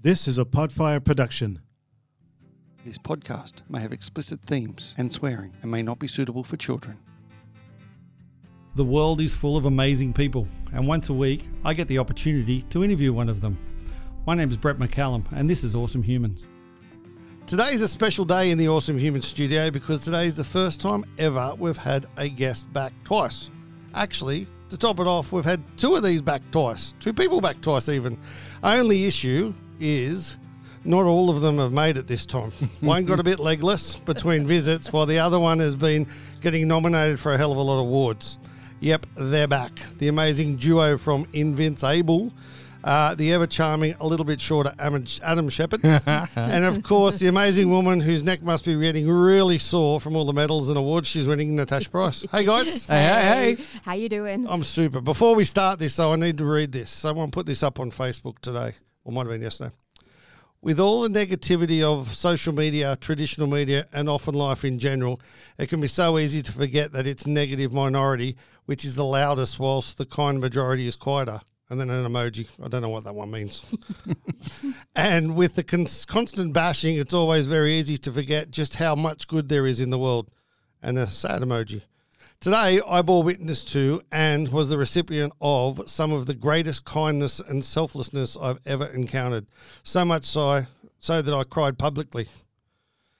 This is a Podfire production. This podcast may have explicit themes and swearing and may not be suitable for children. The world is full of amazing people, and once a week I get the opportunity to interview one of them. My name is Brett McCallum, and this is Awesome Humans. Today's a special day in the Awesome Human Studio because today's the first time ever we've had a guest back twice. Actually, to top it off, we've had two of these back twice, two people back twice even. Only issue is not all of them have made it this time. one got a bit legless between visits, while the other one has been getting nominated for a hell of a lot of awards. Yep, they're back. The amazing duo from Invincible. Uh, the ever charming, a little bit shorter Adam Adam Shepherd, and of course the amazing woman whose neck must be getting really sore from all the medals and awards she's winning, Natasha Price. Hey Oh, guys, Hey, hey, hey. How you doing? I'm super. Before we start this, though, I need to read this. Someone put this up on Facebook today, or might have been yesterday. With all the negativity of social media, traditional media, and often life in general, it can be so easy to forget that it's negative minority, which is the loudest, whilst the kind majority is quieter. And then an emoji. I don't know what that one means. and with the cons- constant bashing, it's always very easy to forget just how much good there is in the world. And a sad emoji. Today, I bore witness to and was the recipient of some of the greatest kindness and selflessness I've ever encountered. So much so, so that I cried publicly.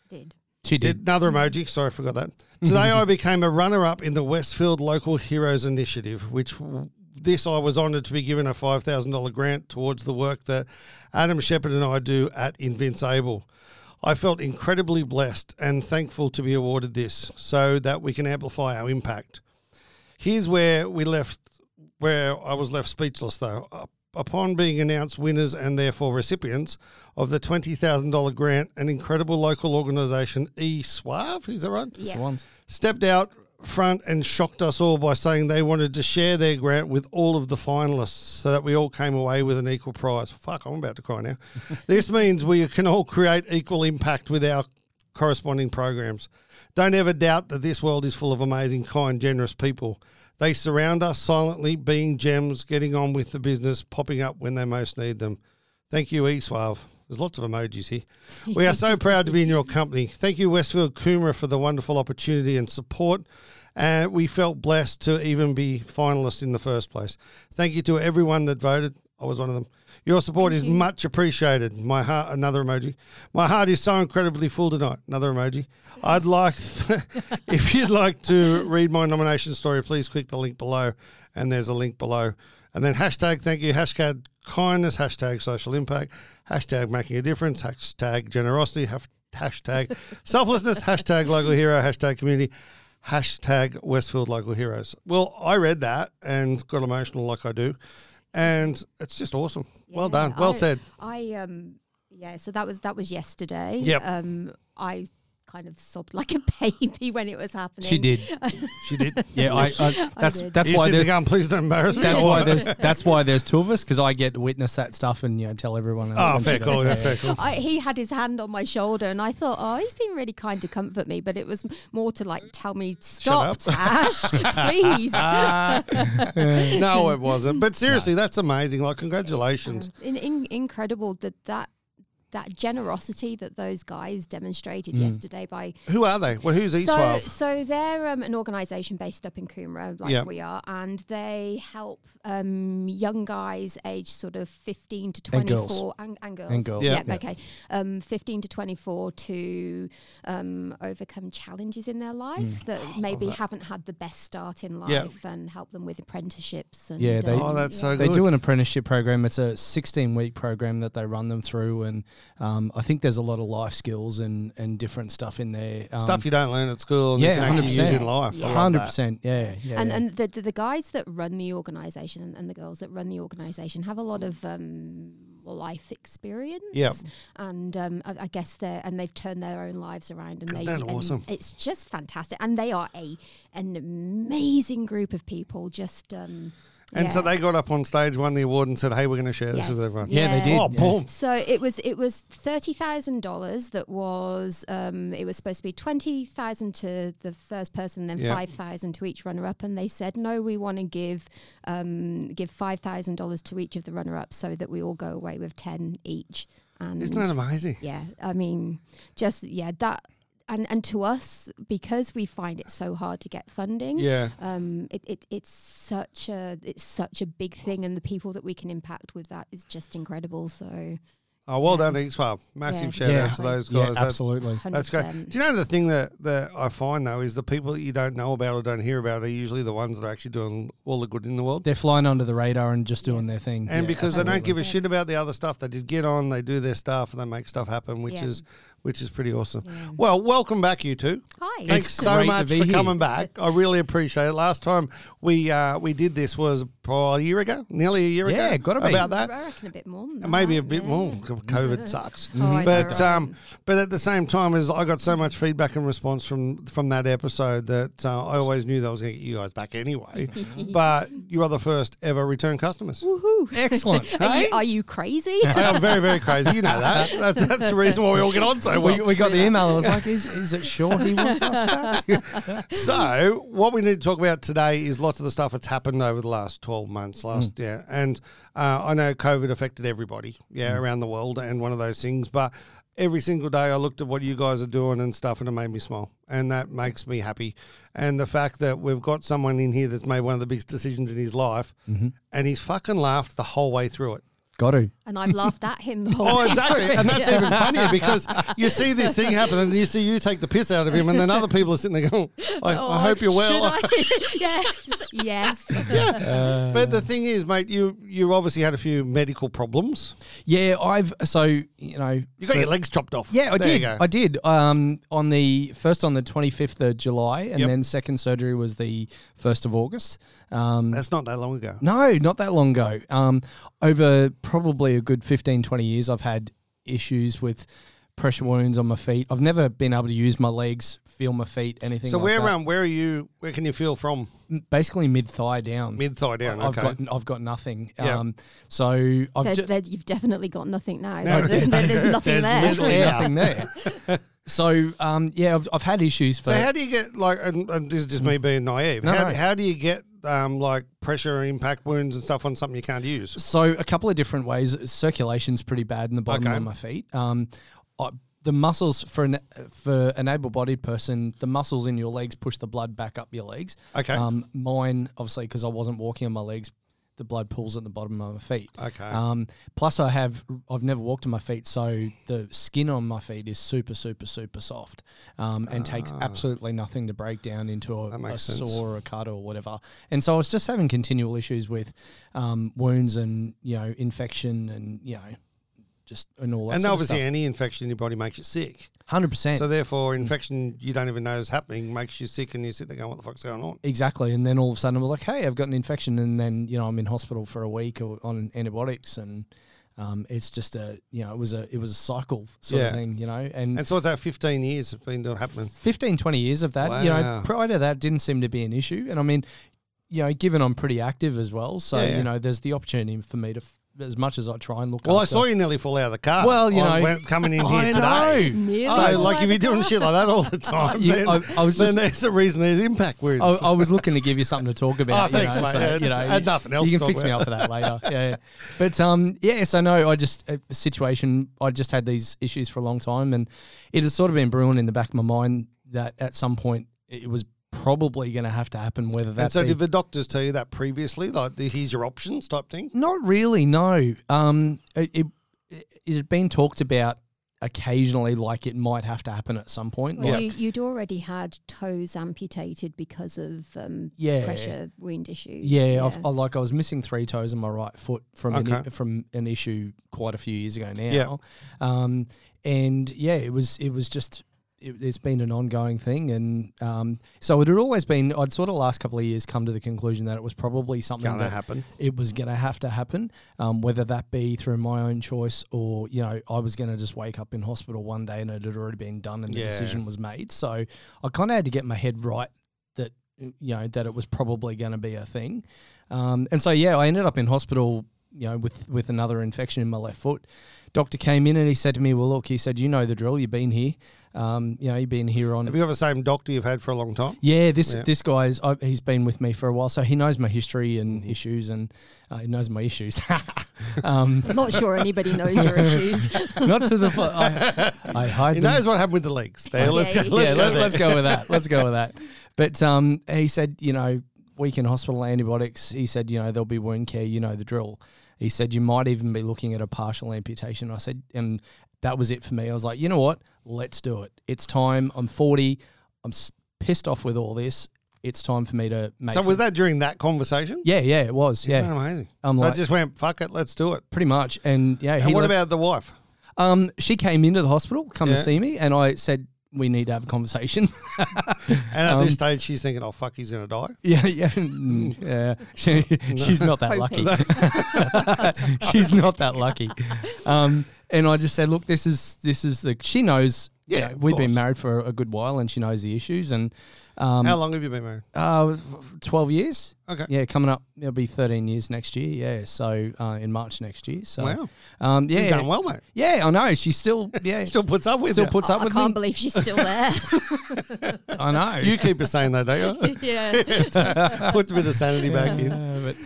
Did. She did. Another emoji. Sorry, I forgot that. Today, I became a runner up in the Westfield Local Heroes Initiative, which w- this I was honoured to be given a $5,000 grant towards the work that Adam Shepherd and I do at Invincible. I felt incredibly blessed and thankful to be awarded this so that we can amplify our impact. Here's where we left, where I was left speechless though. Up- Upon being announced winners and therefore recipients of the $20,000 grant, an incredible local organisation, E Suave, is that right? Yeah. Swans. stepped out front and shocked us all by saying they wanted to share their grant with all of the finalists so that we all came away with an equal prize. Fuck, I'm about to cry now. this means we can all create equal impact with our corresponding programs. Don't ever doubt that this world is full of amazing, kind, generous people. They surround us silently, being gems, getting on with the business, popping up when they most need them. Thank you, eSwave. There's lots of emojis here. We are so proud to be in your company. Thank you, Westfield Coomera, for the wonderful opportunity and support. And we felt blessed to even be finalists in the first place. Thank you to everyone that voted. I was one of them. Your support is much appreciated. My heart, another emoji. My heart is so incredibly full tonight. Another emoji. I'd like, if you'd like to read my nomination story, please click the link below. And there's a link below. And then hashtag thank you, hashtag kindness, hashtag social impact, hashtag making a difference, hashtag generosity, haf- hashtag selflessness, hashtag local hero, hashtag community, hashtag Westfield local heroes. Well, I read that and got emotional like I do. And it's just awesome. well Yeah, done. Well I- said. I um yeah, so that was that was yesterday. Yep. Um I kind of sobbed like a baby when it was happening. She did. She did. Yeah, I, I, that's did. that's you why sit there there, going, please don't embarrass me. that's Or- why there's that's why there's two of us because I get to witness that stuff and you know tell everyone. Else Oh, when she fair does. call. Yeah, fair call. I, he had his hand on my shoulder, and I thought, "Oh, he's been really kind to comfort me." But it was m- more to like tell me, "Stop, Ash, please." No, it wasn't. But seriously, that's amazing. Like, congratulations. in, in, incredible that that that generosity that those guys demonstrated yesterday by Who are they? Well, who's Um, so, Eastwell? so they're um, an organisation based up in Coomera, like Yeah. we are, and they help um, young guys aged sort of 15 to And girls. 24 and, and girls. And girls, Yeah, yeah. okay. Um, 15 to 24 to um, overcome challenges in their life Mm. Oh, that maybe haven't had the best start in life Yeah. and help them with apprenticeships. And, Yeah, they- um, oh, that's so They good. do an apprenticeship program. It's a 16 week program that they run them through, and um, I think there's a lot of life skills and, and different stuff in there. Um, Stuff you don't learn at school and yeah, you can actually use 100%. in life. I love that. hundred percent. Yeah, yeah. and yeah. and the, the the guys that run the organization and, and the girls that run the organization have a lot of um, life experience. Yep. And um, I, I guess they're and they've turned their own lives around and Isn't they that and awesome? it's just fantastic. And they are a an amazing group of people. Just um, And so Yeah. they got up on stage, won the award, and said, "Hey, we're going to share this with Yes. everyone." Yeah, they did. Oh, yeah. boom! So it was it was thirty thousand dollars that was um, it was supposed to be twenty thousand to the first person, then Yeah. five thousand to each runner up, and they said no, we want to give um, give five thousand dollars to each of the runner ups so that we all go away with ten each. And Isn't that amazing? yeah, I mean, just yeah that. And, and to us, because we find it so hard to get funding, Yeah. um, it, it, it's such a it's such a big thing, and the people that we can impact with that is just incredible. So Oh, well done, X Hub. Massive Yeah. shout Yeah. out to those Yeah, guys. That's absolutely. 100%. That's great. Do you know the thing that, that I find though is the people that you don't know about or don't hear about are usually the ones that are actually doing all the good in the world. They're flying under the radar and just doing their thing. And Yeah, because they don't give a absolutely. shit about the other stuff, they just get on, they do their stuff, and they make stuff happen, which Yeah. is which is pretty awesome. Yeah. Well, welcome back, you two. Hi. Thanks It's so great to much for be here. coming back. I really appreciate it. Last time we uh, we did this was probably a year ago, nearly a year ago. Yeah, gotta be. about I that. reckon a bit more. Than that, Maybe a bit yeah. more. COVID sucks, Oh, I know, but right? um, but at the same time, as I got so much feedback and response from from that episode that uh, I always knew that I was going to get you guys back anyway. but you are the first ever return customers. Woohoo. Excellent. Are, Hey? you, are you crazy? I am very very crazy. You know that. That's, that's the reason why we all get on so well. we, we got the email. and I was like, is, is it sure he wants us back? So, what we need to talk about today is lots of the stuff that's happened over the last 12 Mm. months, last year. And uh, I know COVID affected everybody, yeah, Mm. around the world and one of those things. But every single day I looked at what you guys are doing and stuff, and it made me smile. And that makes me happy. And the fact that we've got someone in here that's made one of the biggest decisions in his life, Mm-hmm. and he's fucking laughed the whole way through it. Got to. And I've laughed at him the whole Oh, way exactly. through. And that's even funnier because you see this thing happen and you see you take the piss out of him, and then other people are sitting there going, I, Oh, I hope you're well. should I? yes. Yes. But the thing is, mate, you you obviously had a few medical problems. Yeah, I've, so, you know. You got your legs chopped off. Yeah, I There you did. go. I did. Um, on the first on the twenty fifth of July, and Yep. then second surgery was the first of August. Um, That's not that long ago. No, not that long ago. Um, over probably a good 15, 20 years, I've had issues with pressure wounds on my feet. I've never been able to use my legs, feel my feet, anything So like where that. around? Where are you? Where can you feel from? M- Basically mid thigh down. Mid thigh down. Mm. I've okay. got I've got nothing. Yeah. Um, so I've There- ju- there- you've definitely got nothing now. No, there's, no- there's nothing there's there. literally Yeah. nothing there. so um, yeah, I've, I've had issues for so how do you get like? And, and this is just me being naive. Mm. No, how, no. how do you get um, like pressure impact wounds and stuff on something you can't use? So a couple of different ways. Circulation's pretty bad in the bottom Okay. of my feet. Um, I, the muscles for an for an able-bodied person, the muscles in your legs push the blood back up your legs. Okay. Um, mine, obviously, because I wasn't walking on my legs, the blood pools at the bottom of my feet. Okay. Um, plus, I have I've never walked on my feet, so the skin on my feet is super, super, super soft, um, and takes absolutely nothing to break down into a, a Ah. makes sense. sore or a cut or whatever. And so I was just having continual issues with um, wounds and you know infection and you know just and all that. and sort obviously, of stuff. Mm. any infection in your body makes you sick. hundred percent. So therefore, infection you don't even know is happening makes you sick, and you sit there going, "What the fuck's going on?" Exactly, and then all of a sudden I'm like, "Hey, I've got an infection," and then you know I'm in hospital for a week or on antibiotics, and um, it's just a you know it was a it was a cycle sort Yeah. of thing, you know. And so it's that 15 years have been happening. 15, 20 years of that. You Wow. know, prior to that, didn't seem to be an issue. And I mean, you know, given I'm pretty active as well, so Yeah, yeah. you know, there's the opportunity for me to, f- as much as I try and look. Well, I after- saw you nearly fall out of the car. Well, you on- know- when- coming in here I today. know. Nearly So, all like, if over you're the doing car. shit like that all the time, You- then, I- I was then just- there's a reason there's impact wounds. I, I was looking to give you something to talk about. Oh, you thanks, know, mate. so, Yeah, you just know, had nothing else to You can talk fix me up for that later. Yeah, yeah. but um, yeah. So no, I just uh, the situation. I just had these issues for a long time, and it has sort of been brewing in the back of my mind that at some point it was probably going to have to happen. Whether and that so, be did the doctors tell you that previously? Like, the, here's your options type thing? Not really, no. Um, it, it it had been talked about occasionally, like it might have to happen at some point. Well, Like, you, you'd already had toes amputated because of um, Yeah. pressure wound issues. yeah, I've, I, like I was missing three toes on my right foot from an, Okay. i- from an issue quite a few years ago now. Yeah. Um, and yeah, it was it was just. It, it's been an ongoing thing, and um, so it had always been. I'd sort of last couple of years come to the conclusion that it was probably something Gonna that happen. it was going to have to happen, um, whether that be through my own choice or, you know, I was going to just wake up in hospital one day and it had already been done and the Yeah. decision was made. So I kind of had to get my head right that you know that it was probably going to be a thing, um, and so yeah, I ended up in hospital, you know, with with another infection in my left foot. Doctor came in and he said to me, "Well, look," he said, "You know the drill. You've been here. Um, you know, you've been here on Have you got the same doctor you've had for a long time? yeah, this Yeah. this guy's I, he's been with me for a while, so he knows my history and Mm-hmm. issues, and uh, he knows my issues. um, I'm not sure anybody knows your issues. not to the fu- I, I hide. He them. knows what happened with the legs. There, let's go. Yeah, Let's yeah, go. let, us go with that. Let's go with that. But um, he said, you know, week in hospital antibiotics. He said, you know, there'll be wound care. You know the drill. He said you might even be looking at a partial amputation. I said, and that was it for me. I was like, you know what? Let's do it. It's time. I'm 40. I'm s- pissed off with all this. It's time for me to make. So some- was that during that conversation? Yeah, yeah, it was. Yeah, amazing. I'm so I like- just went, fuck it, let's do it. pretty much. And yeah, And what left- about the wife? Um, she came into the hospital, come Yeah. to see me, and I said we need to have a conversation. And at Um, this stage, she's thinking, oh, fuck, he's going to die. yeah, yeah, mm, yeah. She, she's not that lucky. Hoping. she's not that lucky. Um, and I just said, look, this is this is the. She knows. Yeah, of we've course. been married for a good while, and she knows the issues. And um, How long have you been married? uh, twelve years. Okay. Yeah, coming up, it'll be thirteen years next year. Yeah, so uh, in March next year. So, Wow. um, You've yeah, done well, mate. yeah, I know. She's still, yeah, Still puts up with still you. puts up I with can't me. believe she's still there. I know. you keep us saying that, don't you? yeah. Puts a bit of sanity back in. Uh, but,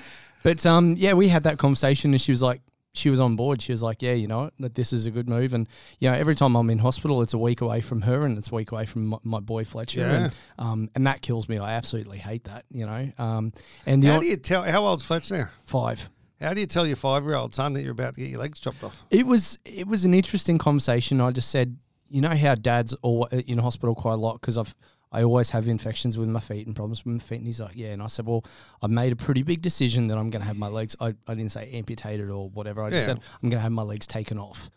but um, yeah, we had that conversation, and she was like, she was on board. She was like, yeah, you know, what, that this is a good move, and you know, every time I'm in hospital, it's a week away from her, and it's a week away from my, my boy Fletcher, Yeah. and um, and that kills me. I absolutely hate that, you know. Um, and the How odd- do you tell, how old's Fletcher now? five. How do you tell your five year old son that you're about to get your legs chopped off? It was it was an interesting conversation. I just said, you know how dad's all in hospital quite a lot because I've I always have infections with my feet and problems with my feet. And he's like, yeah. And I said, well, I made a pretty big decision that I'm going to have my legs. I, I didn't say amputated or whatever. I just Yeah. said I'm going to have my legs taken off.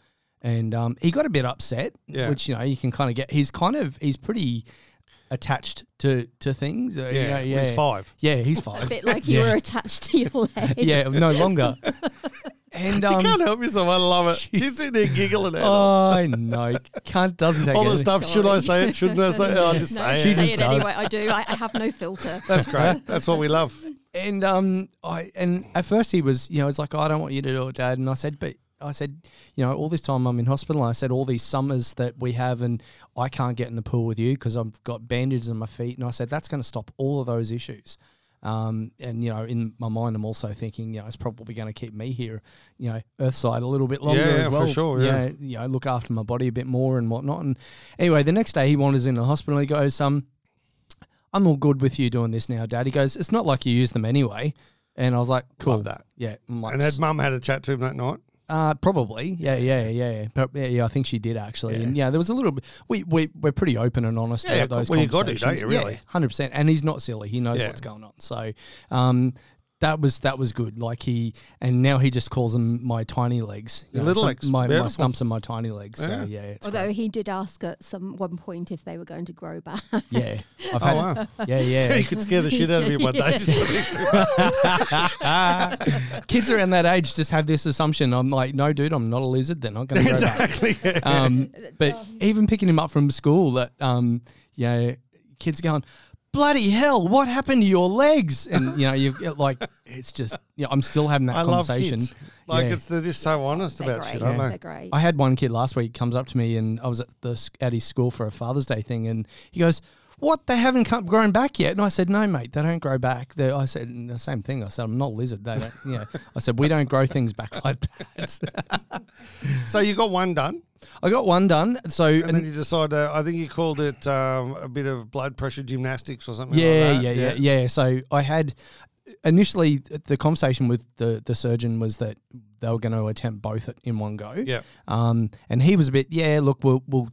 And um, he got a bit upset, Yeah. which you know you can kind of get. He's kind of he's pretty attached to to things. Yeah, yeah, yeah. He's five. Yeah, he's A five. bit like you Yeah. were attached to your leg. yeah, no longer. And um, Oh, Can't help yourself. I love it. She's sitting there giggling at it. I know. Can't doesn't take all the anything. stuff. Oh, Should I say it? Shouldn't I say it? I just No, say She it. say just it does. anyway. I do. I, I have no filter. That's great. That's what we love. And um, I and at first he was, you know, it's like "Oh, I don't want you to do it, Dad. And I said, but I said, you know, all this time I'm in hospital. And I said all these summers that we have, and I can't get in the pool with you because I've got bandages on my feet. And I said that's going to stop all of those issues. Um, and you know, in my mind, I'm also thinking, you know, it's probably going to keep me here, you know, Earthside a little bit longer Yeah, yeah, as for well. sure, yeah. you know, you know, look after my body a bit more and whatnot. And anyway, the next day he wanders in the hospital. He goes, um, I'm all good with you doing this now, Dad. He goes, it's not like you use them anyway. And I was like, cool. Love that. Yeah. I'm like, And had mum had a chat to him that night? uh, probably. Yeah, yeah, yeah, yeah. But yeah, yeah, I think she did actually. And yeah, there was a little bit. We, we, we're pretty open and honest Yeah, about those well, you gotta, conversations. don't you, really? Yeah, 100%. And he's not silly. He knows Yeah. what's going on. So, um, that was that was good. Like he and now he just calls them my tiny legs, You Your little some- legs. my, my Beautiful. stumps and my tiny legs. So Yeah. yeah, it's Although great. he did ask at some one point if they were going to grow back. yeah, I've Oh, had wow. yeah, yeah. He could scare the shit out of you one day. kids around that age just have this assumption. I'm like, no, dude, I'm not a lizard. They're not going to grow back. Um, but even picking him up from school, that um, you know, kids are going, bloody hell, what happened to your legs? And you know, you've got, like, it's just, you know, I'm still having that I love conversation. kids. Like, Yeah. it's they're just so honest They're about great. shit, aren't They're they? great. I had one kid last week comes up to me and I was at the s- at his school for a Father's Day thing and he goes, "What? They haven't come, grown back yet?" And I said, "No, mate, they don't grow back." They, I said "And the same thing. I said, "I'm not a lizard. They don't." You know, I said, "We don't grow things back like that." So you got one done, I got one done. So and, and- then you decide. Uh, I think you called it um, a bit of blood pressure gymnastics or something. yeah, like that. yeah, yeah, yeah, So I had initially the conversation with the the surgeon was that they were going to attempt both at- in one go. Yeah. Um, and he was a bit, yeah, look, we'll we'll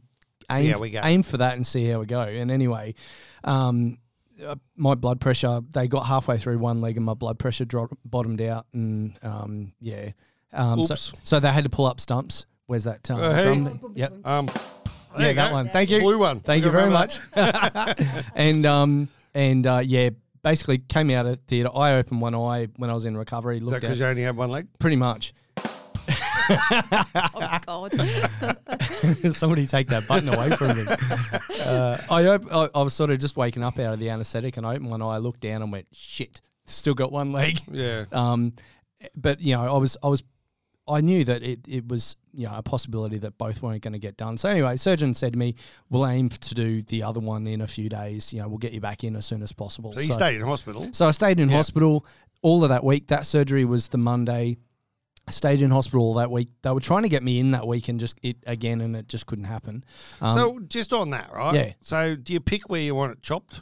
See aim, how we go." aim for that and see how we go. And anyway, um, uh, my blood pressure, they got halfway through one leg and my blood pressure dro- bottomed out, and um, yeah, um, so Oops. so they had to pull up stumps. Where's that um, Uh, hey. Oh, drum? Yep. Um, there Yeah, you that go. one. Thank you. Blue one. Thank We you very remember much. and um and uh, yeah, basically came out of theatre. I opened one eye when I was in recovery. Is that Looked because at you only had one leg? pretty much. oh God. Somebody take that button away from me. Uh, I, op- I I was sort of just waking up out of the anaesthetic and I opened one eye, looked down, and went, "Shit, still got one leg." Yeah. Um, but you know, I was I was I knew that it, it was you know a possibility that both weren't going to get done. So anyway, surgeon said to me, "We'll aim to do the other one in a few days. You know, we'll get you back in as soon as possible." So you stayed in hospital. So I stayed in Yeah. hospital all of that week. That surgery was the Monday. I stayed in hospital all that week. They were trying to get me in that week and just it again, and it just couldn't happen. Um, so just on that, right? Yeah. So do you pick where you want it chopped?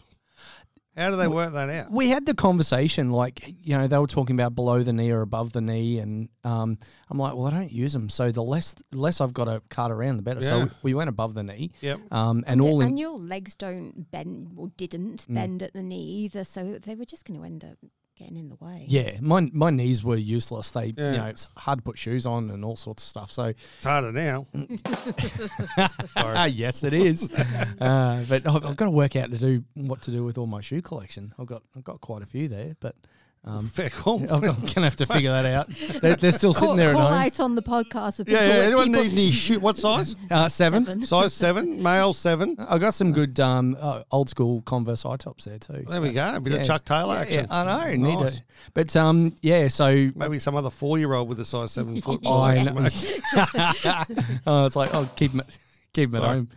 How do they work that out? we had the conversation, like you know, they were talking about below the knee or above the knee, and um, I'm like, well, I don't use them, so the less less I've got to cart around, the better. Yeah. So we went above the knee, Yep. um, and all in Mm. and your legs don't bend or didn't bend at the knee either, so they were just going to end up getting in the way. yeah, my my knees were useless. They Yeah. you know, it's hard to put shoes on and all sorts of stuff. So It's harder now. Ah, yes, it is. uh, but I've, I've got to work out to do what to do with all my shoe collection. I've got I've got quite a few there, but um, Fair call. I'm gonna have to figure that out. They're, they're still Call, sitting there at call home. out on the podcast with people. Yeah, yeah. with Anyone people- need any shoe? What size? Uh, seven. size seven, male seven. I got some good um, uh, old school Converse high tops there too. There we so- go. A bit Yeah. of Chuck Taylor Yeah, action. yeah, I know. Need Nice. to, but um, yeah. So Maybe some other four-year-old with a size seven football. I action, know. mate. oh, it's like oh, keep 'em at- keep 'em at Sorry. home.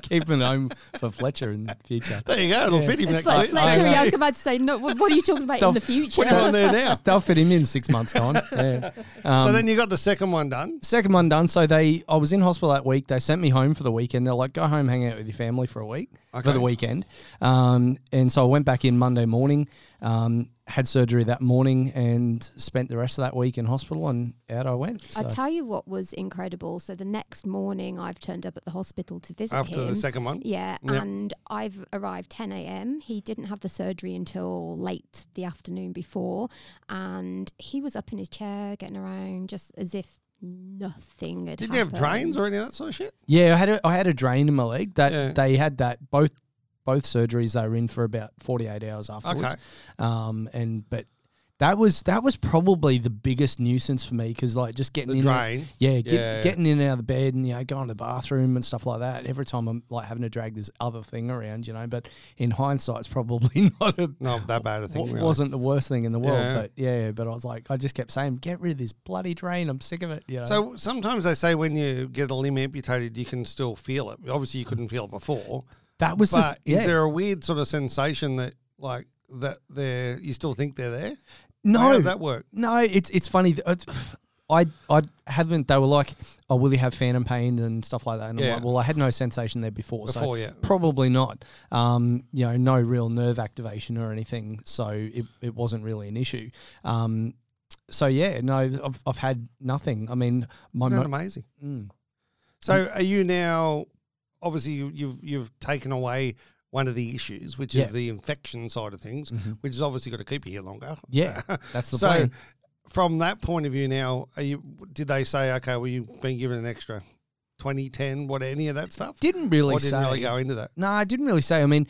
keep 'em at home for Fletcher in the future. There you go. It'll Yeah. fit him It's next like week. Fletcher, yeah, I Next was week. about to say, no, what what are you talking about in The the f- future? Put it on there now. They'll fit him in six months time. Yeah. Um, So then you got the second one done. second one done. So they, I was in hospital that week. They sent me home for the weekend. They're like, go home, hang out with your family for a week for Okay. the weekend. Um, and so I went back in Monday morning, um, had surgery that morning, and spent the rest of that week in hospital. And out I went. So. I'll tell you what was incredible. So the next morning, I've turned up at the hospital to visit After him. the second one. Yeah, Yep. and I've arrived 10 a.m. He didn't have the surgery until late the afternoon before, and he was up in his chair getting around just as if nothing had Did you have happened. drains or any of that sort of shit? yeah, I had a, I had a drain in my leg. That Yeah. they had that both both surgeries. They were in for about forty eight hours afterwards. Okay. Um, and but. That was that was probably the biggest nuisance for me because like just getting The in there- drain. Yeah, get, Yeah, yeah. getting in and out of the bed and you know going to the bathroom and stuff like that. Every time I'm like having to drag this other thing around, you know. But in hindsight, it's probably not a Not that bad a thing. wa- really. wasn't the worst thing in the world. Yeah. But yeah, but I was like, I just kept saying, get rid of this bloody drain. I'm sick of it. You know? So sometimes they say when you get a limb amputated, you can still feel it. Obviously, you couldn't feel it before. that was the But th- yeah. is there a weird sort of sensation that like that they're you still think they're there? no How does that work? No, it's it's funny. th- It's, I I haven't. They were like, "Oh, will you have phantom pain and stuff like that?" And I'm Yeah. like, "Well, I had no sensation there before, so Before, yeah. probably not. Um, you know, no real nerve activation or anything, so it, it wasn't really an issue. Um, so yeah, no, I've I've had nothing. I mean, my Isn't that mo- amazing? mm. So are you now? Obviously, you, you've you've taken away one of the issues, which Yeah. is the infection side of things, Mhm. which is obviously got to keep you here longer. yeah, that's the so, plan. from that point of view, now are you? Did they say okay? Well, you've been given an extra 20, 10, what any of that stuff? Didn't really Or didn't say. really go into that. No, I didn't really say. I mean,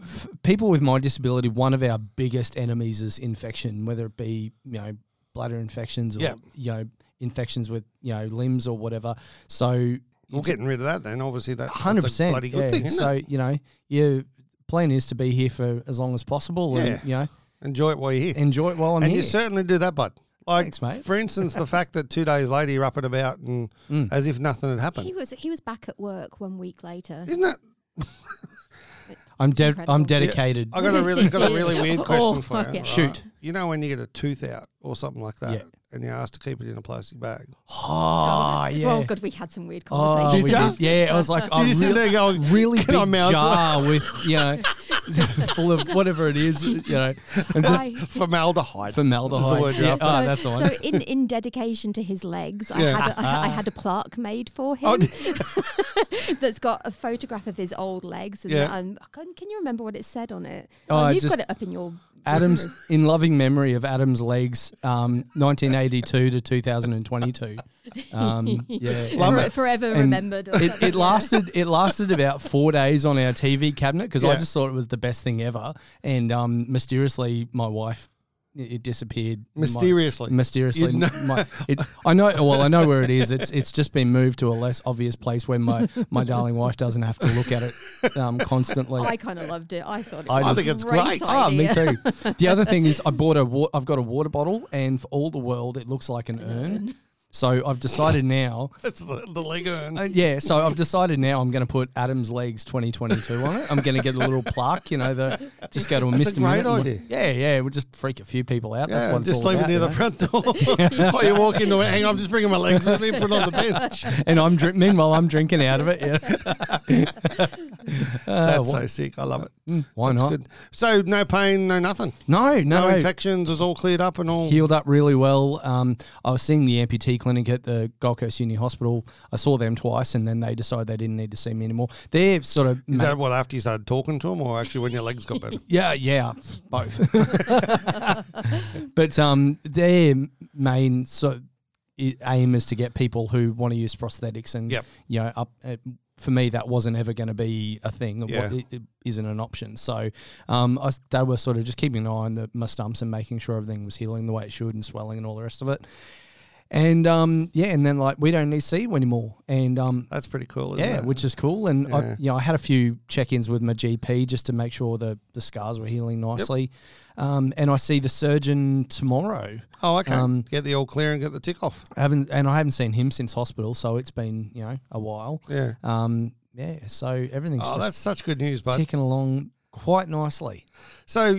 f- people with my disability, one of our biggest enemies is infection, whether it be you know bladder infections or Yeah. you know infections with you know limbs or whatever. So Well, getting rid of that, then obviously that- that's hundred a percent, bloody good thing. Isn't So it? you know, your plan is to be here for as long as possible, and Yeah. you know, Enjoy it while you're here. enjoy it while I'm and here. you certainly do that, bud. Like, Thanks, mate. for instance, the fact that two days later you're up and about and Mm. as if nothing had He happened, was he was back at work one week later. isn't it? I'm de- I'm Incredible. dedicated. I got a really got a really weird Oh, question for you. okay. right? Shoot. you know when you get a tooth out or something like that, Yeah. and you're asked to keep it in a plastic bag. Oh yeah. Oh, good, we had some weird Oh, conversations. we Did ya? did. Yeah, I was like, I you sit really- there going, really "Can I big mount it?" jar with you know, full of whatever it is, you know, and just Why? Formaldehyde. That's the word formaldehyde. you're Yeah. after. Oh, that's the one. So in, in dedication to his legs, I, Yeah. had a, I, I had a plaque made for him Oh, that's got a photograph of his old legs. And Yeah. um, I can, can you remember what it said on it? Oh, Oh, I you've just- got it up in your Adams, in loving memory of Adam's legs, um, 1982 to 2022. Um, yeah, Love And it. Forever- forever And remembered. Or It, something, it yeah. lasted. It lasted about four days on our TV cabinet because I Yeah. just thought it was the best thing ever. And um, mysteriously, my wife it it disappeared My- mysteriously. mysteriously. You'd know- My, it, I know. Well, I know where it is. It's it's just been moved to a less obvious place where my my darling wife doesn't have to look at it um, constantly. I kind of loved it. I thought it I was just- I think it's great. Ah, me idea. too. The other thing is, I bought a. Wa- I've got a water bottle, and for all the world, it looks like an urn. So I've decided now. That's the, the leg urn. uh, yeah. So I've decided now. I'm going to put Adam's legs 2022 on it. I'm going to get a little plaque. You know, the just go to a That's a Mr. Minute great and- idea. Yeah, yeah. We'll just freak a few people out. That's Yeah, what it's just all leave it about, near you the know? front door. While you walk into it, hang on, I'm just bringing my legs with me, put it on the bench. and I'm drink. Meanwhile, I'm drinking out of it. Yeah. Uh, That's wh- so sick. I love it. mm, why That's not? good. So no pain, no nothing. No, no, No, no. infections. It's all cleared up and all. Healed up really well. Um, I was seeing the amputee clinic at the Gold Coast Uni Hospital. I saw them twice, and then they decided they didn't need to see me anymore. They're sort of Is that what after you started talking to him, or actually when your legs got better? Yeah, yeah, both. but um, their main so i- aim is to get people who want to use prosthetics and Yep. you know up. uh for me, that wasn't ever going to be a thing. It wa- Yeah. It, it isn't an option. So um, I, s- they were sort of just keeping an eye on the, my stumps and making sure everything was healing the way it should and swelling and all the rest of it. And um, yeah, and then like we don't need to see you anymore. And um, That's pretty cool. Isn't yeah, it? which is cool. And I, Yeah. you know, I had a few check-ins with my GP just to make sure the the scars were healing nicely. Um, and I see the surgeon tomorrow. oh okay. um, get the all clear and get the tick off. I haven't and I haven't seen him since hospital, so it's been you know a while. Yeah. Um, yeah, so everything's Oh, that's just such good news, bud. ticking along quite nicely. So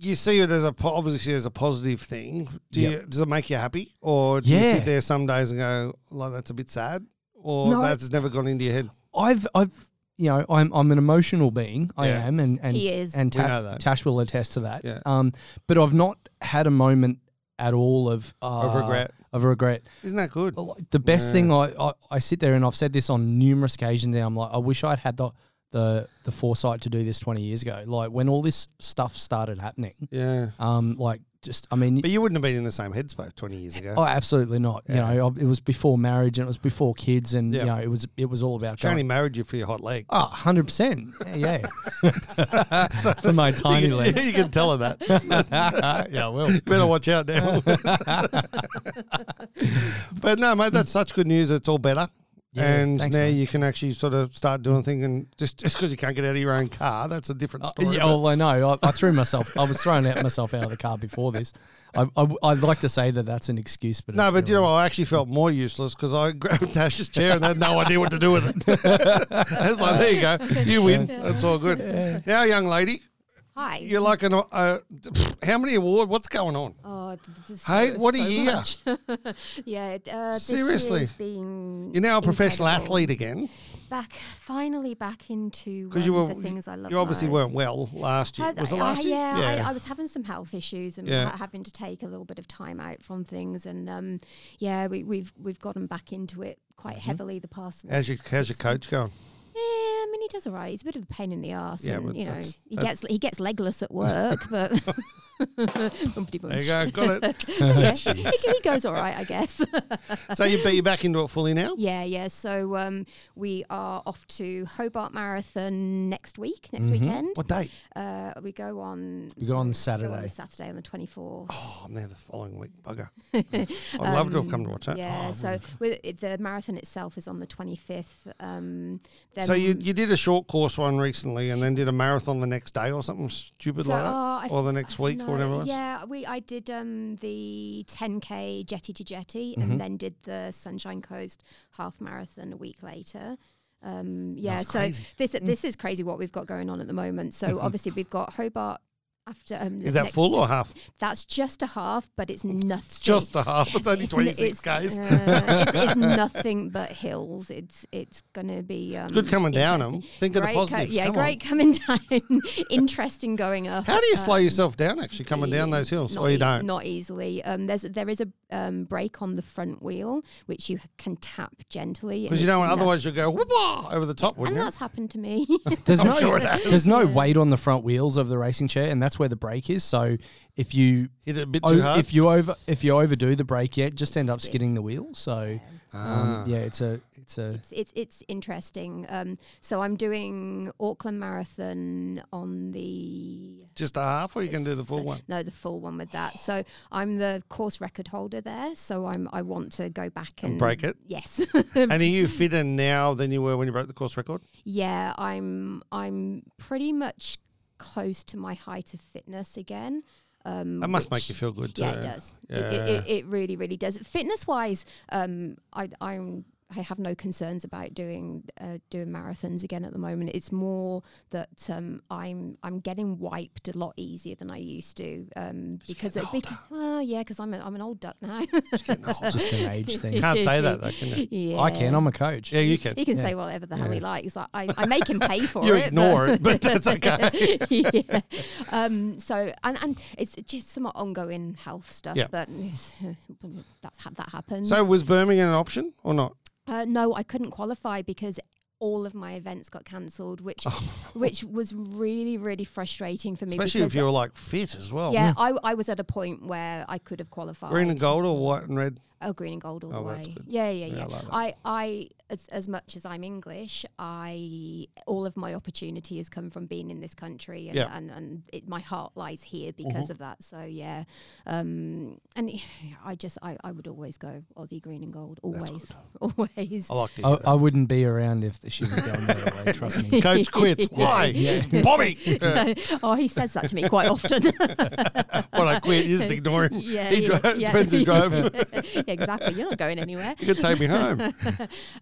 you see it as a po- obviously as a positive thing. Do Yep. you, does it make you happy, or do you Yeah. sit there some days and go, "Like that's a bit sad," or No. that's never gone into your head? I've I've you know I'm I'm an emotional being. I Yeah. am, and and He is. and We Ta- know that. Tash will attest to that. Yeah. Um, but I've not had a moment at all of uh, oh. Of regret. of regret. Isn't that good? Well, the best thing I, I, I sit there and I've said this on numerous occasions now. I'm like, I wish I'd had the, the the foresight to do this 20 years ago. Like when all this stuff started happening, Yeah. um, like just I mean, But you wouldn't have been in the same headspace 20 years ago. oh, absolutely not. Yeah. You know, I- it was before marriage and it was before kids, and Yeah. you know, it was it was all about. she only Going, married you for your hot leg. Oh, 100%. Yeah, yeah. For my tiny legs. you can tell her that. yeah, I will. Better watch out now. but no, mate, that's such good news. It's all better. Yeah, and thanks, now mate. you can actually sort of start doing things. And just because you can't get out of your own car, that's a different story. Uh, Yeah, but- well, I know. I, I threw myself. I was throwing out myself out of the car before this. I, I, would like to say that that's an excuse, but No, it's but you really know, I actually felt more useless because I grabbed Tash's chair and had no idea what to do with it. it's like, there you go, you win. It's all good. Now, young lady, Hi. you're like an. Uh, how many award? What's going on? oh, th- th- this Hey, is what a so year. much. yeah. it, Uh, this Seriously. year's been You're now a professional incredible. athlete again Back finally back into um, because you were. the things I love. you obviously most. weren't well last year. Has- Was it I- last I- year? Yeah, I, I was having some health issues and Yeah. ha- having to take a little bit of time out from things, and um, yeah, we, we've we've gotten back into it quite Mm-hmm. heavily the past. How's your How's your coach going? Yeah, I mean he does all right. He's a bit of a pain in the arse, Yeah, and but you know that's- he gets he gets legless at work, but. Bumpty There you bunch. go, got it. yeah, he, he goes all right, I guess. So you be you back into it fully now. yeah, yeah. So um, we are off to Hobart Marathon next week, next Mm-hmm. weekend. What date? Uh, we go on. We go on the sorry, we go on Saturday. the Saturday on the twenty fourth. Oh, I'm there the following week. Bugger. I'd love to have come to watch that. Um, Yeah, Oh, so with it, the marathon itself is on the 25th. Um, then So you, you did a short course one recently, and then did a marathon the next day or something stupid So, like that, oh, I or the next week or no, whatever. It was. Yeah, we I did um, the 10k jetty to jetty, Mm-hmm. and then did the Sunshine Coast half marathon a week later. Um, yeah, That's so crazy. Mm. Mm-hmm. this this is crazy what we've got going on at the moment. So obviously we've got Hobart after. Um, Is that next- full or half? That's just a half, but it's nothing. It's just a half. It's only It's n- twenty six it's, k's. uh, it's, it's nothing but hills. It's it's gonna be um, Good coming down 'em. interesting. Think of the Great co- positives. yeah, Come on. great coming down. interesting going up. How do you Uh, slow yourself down actually coming down those hills, Not or you ea- don't? Not easily. Um, there's there is a um, brake on the front wheel which you can tap gently and Because you it's know, enough- otherwise you'll go whoopah over the top, And wouldn't you? that's happened to me. There's I'm no, sure it there's no weight on the front wheels of the racing chair, and that's that's where the break is. So if you Hit it a bit too o- hard. if you over if you overdo the break yet, just end up Skid. skidding the wheel. So Ah. um, yeah, it's a it's a It's, it's it's interesting. Um, so I'm doing Auckland Marathon on the Just a half, or you can do the full one. no the full one with that. So I'm the course record holder there. So I'm I want to go back And and, break it? Yes, And are you fitter now than you were when you broke the course record? yeah. I'm I'm pretty much close to my height of fitness again. Um, That must which- make you feel good too. Yeah, it does. It, it, Yeah. it, it really, really does. Fitness wise, um, I, I'm. I have no concerns about doing uh, doing marathons again at the moment. It's more that um, I'm I'm getting wiped a lot easier than I used to um, because it, bec- well yeah because I'm a, I'm an old duck now. just an age thing. Can't say that though, can you? yeah. I can. I'm a coach. Yeah, you can. He can Yeah. say whatever the hell he likes. I, I, I make him pay for You it. ignore it, but that's okay. yeah. Um, so, and, and it's just some ongoing health stuff, Yeah. but it's- uh, that's, ha- that happens. So was Birmingham an option or not? uh, no, I couldn't qualify because all of my events got cancelled, which which was really, really frustrating for me. Oh. Especially because if you were like fit as well. yeah, I, I was at a point where I could have qualified. Green and gold or white and red? Oh, green and gold all Oh, the way. that's good. Yeah, yeah, Yeah, yeah. I like that. I, I, as, as much as I'm English, I all of my opportunity has come from being in this country, and Yeah. Mm-hmm. and, and it, my heart lies here because of that. So yeah, um, and I just I, I would always go Aussie green and gold, always, always. I like to I, hear I wouldn't be around if she was going the other way. Trust me. that. Coach quits. Why? Bobby. Yeah, oh, he says that to me quite often. when I quit, you just ignore him. yeah, He yeah, dri- yeah. depends who drove. Yeah, exactly. You're not going anywhere. You can take me home.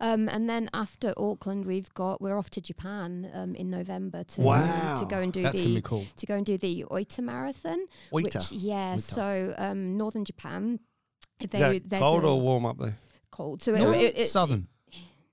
Um, and then after Auckland, we've got we're off to Japan um, in November to Wow. to go and do That's gonna the be cool. to go and do the Oita Marathon. Oita. Which, yeah, Oita. so um, northern Japan. Is They, that there's cold a- or warm up there? cold? So it, No, it, it, southern,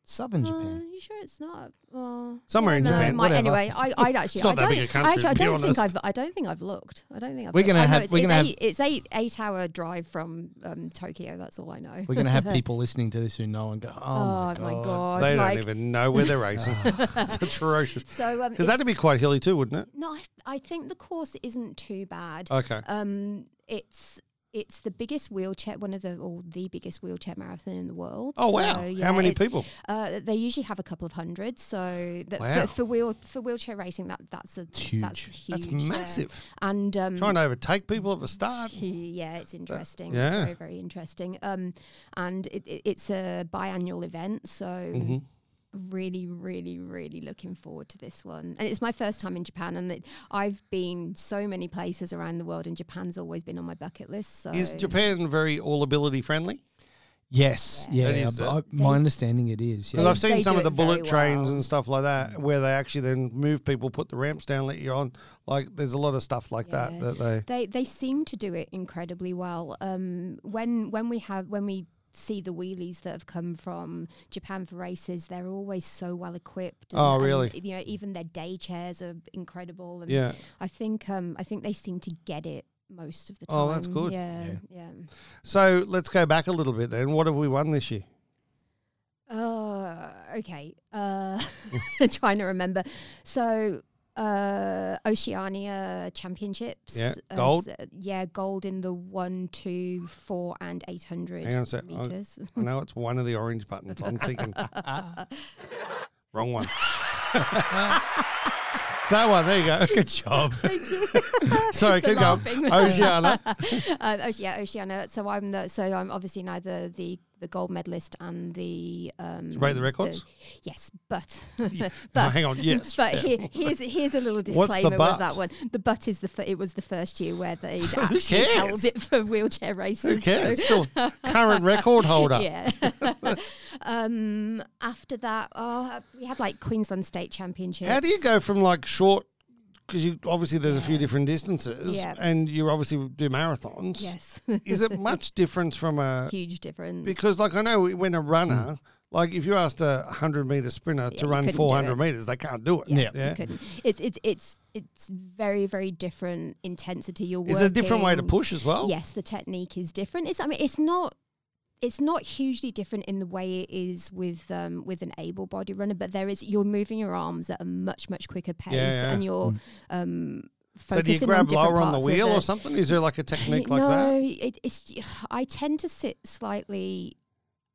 southern uh, Japan. you sure it's not? Uh, Somewhere in no, Japan. my, whatever. anyway, I, I actually, not I that don't, big a country, I actually, I to be don't think honest. I've, I don't think I've looked. I don't think I've. We're looked. gonna I know have- it's, we're it's gonna have- eight, it's eight eight hour drive from um, Tokyo. That's all I know. We're gonna have people listening to this who know and go, "Oh, my, god. They like- don't even know where they're racing. it's atrocious. So um, Because it's- that'd be quite hilly too, wouldn't it? No, I, I think the course isn't too bad. Okay. Um, it's it's the biggest wheelchair, one of the or the biggest wheelchair marathon in the world. Oh wow! So, yeah, How many it's- people? Uh, they usually have a couple of hundred. So that Wow. for, for wheel for wheelchair racing, that that's a It's that's huge. huge. uh, That's yeah. massive. And um, Trying to overtake people at the start. yeah, it's interesting. yeah. It's very, very interesting. Um, and it, it, it's a biannual event, so Mm-hmm. really, really, really looking forward to this one. And it's my first time in Japan, and it, I've been so many places around the world, and Japan's always been on my bucket list. So Is Japan very all ability friendly? Yes, yeah. That is but it. I- my understanding it is. Because Yeah. I've seen They some do of the it very bullet trains well. and stuff like that, where they actually then move people, put the ramps down, let you on. Like there's a lot of stuff like that Yeah. that they. They they seem to do it incredibly well. Um, when when we have when we see the wheelies that have come from Japan for races, they're always so well equipped. Oh, really? and, you know, even their day chairs are incredible. And Yeah. I think um, I think they seem to get it most of the time. Oh, that's good. Yeah, Yeah. yeah. So let's go back a little bit then. What have we won this year? Uh, okay. Uh, trying to remember. So. Uh, Oceania Championships. Yeah, uh, gold. s- yeah, gold in the one, two, four, and eight hundred Hang on a sec. I- meters. I know it's one of the orange buttons. I'm thinking wrong one. it's that one. There you go. Good job. Sorry, The keep going. Oh, laughing. Oceana. um, Oce- yeah, Oceania. So I'm the so I'm obviously neither the the gold medalist and the um you break the records? yes, but Oh, but hang on. Yes. But here, here's here's a little What's the disclaimer but? with that one. The butt is the fir- it was the first year where they Who actually cares? held it for wheelchair races. Who cares? so- Still current record holder. yeah. um, after that, oh, we had like Queensland State Championships. How do you go from like short? Because you obviously there's a few different distances, Yeah. and you obviously do marathons. Yes, Is it much difference from a? huge difference. Because like I know when a runner, like if you asked a hundred meter sprinter Yeah, to you run couldn't do four hundred it. meters, they can't do it. Yeah. You couldn't. It's it's it's it's very very different intensity. You're Is there a different way to working- push as well? Yes, the technique is different. It's I mean it's not it's not hugely different in the way it is with um, with an able body runner, but there is you're moving your arms at a much much quicker pace, yeah. and you're um, focusing So do you on grab different lower on the parts of wheel the- or something? Is there like a technique no, like that? It, it's I tend to sit slightly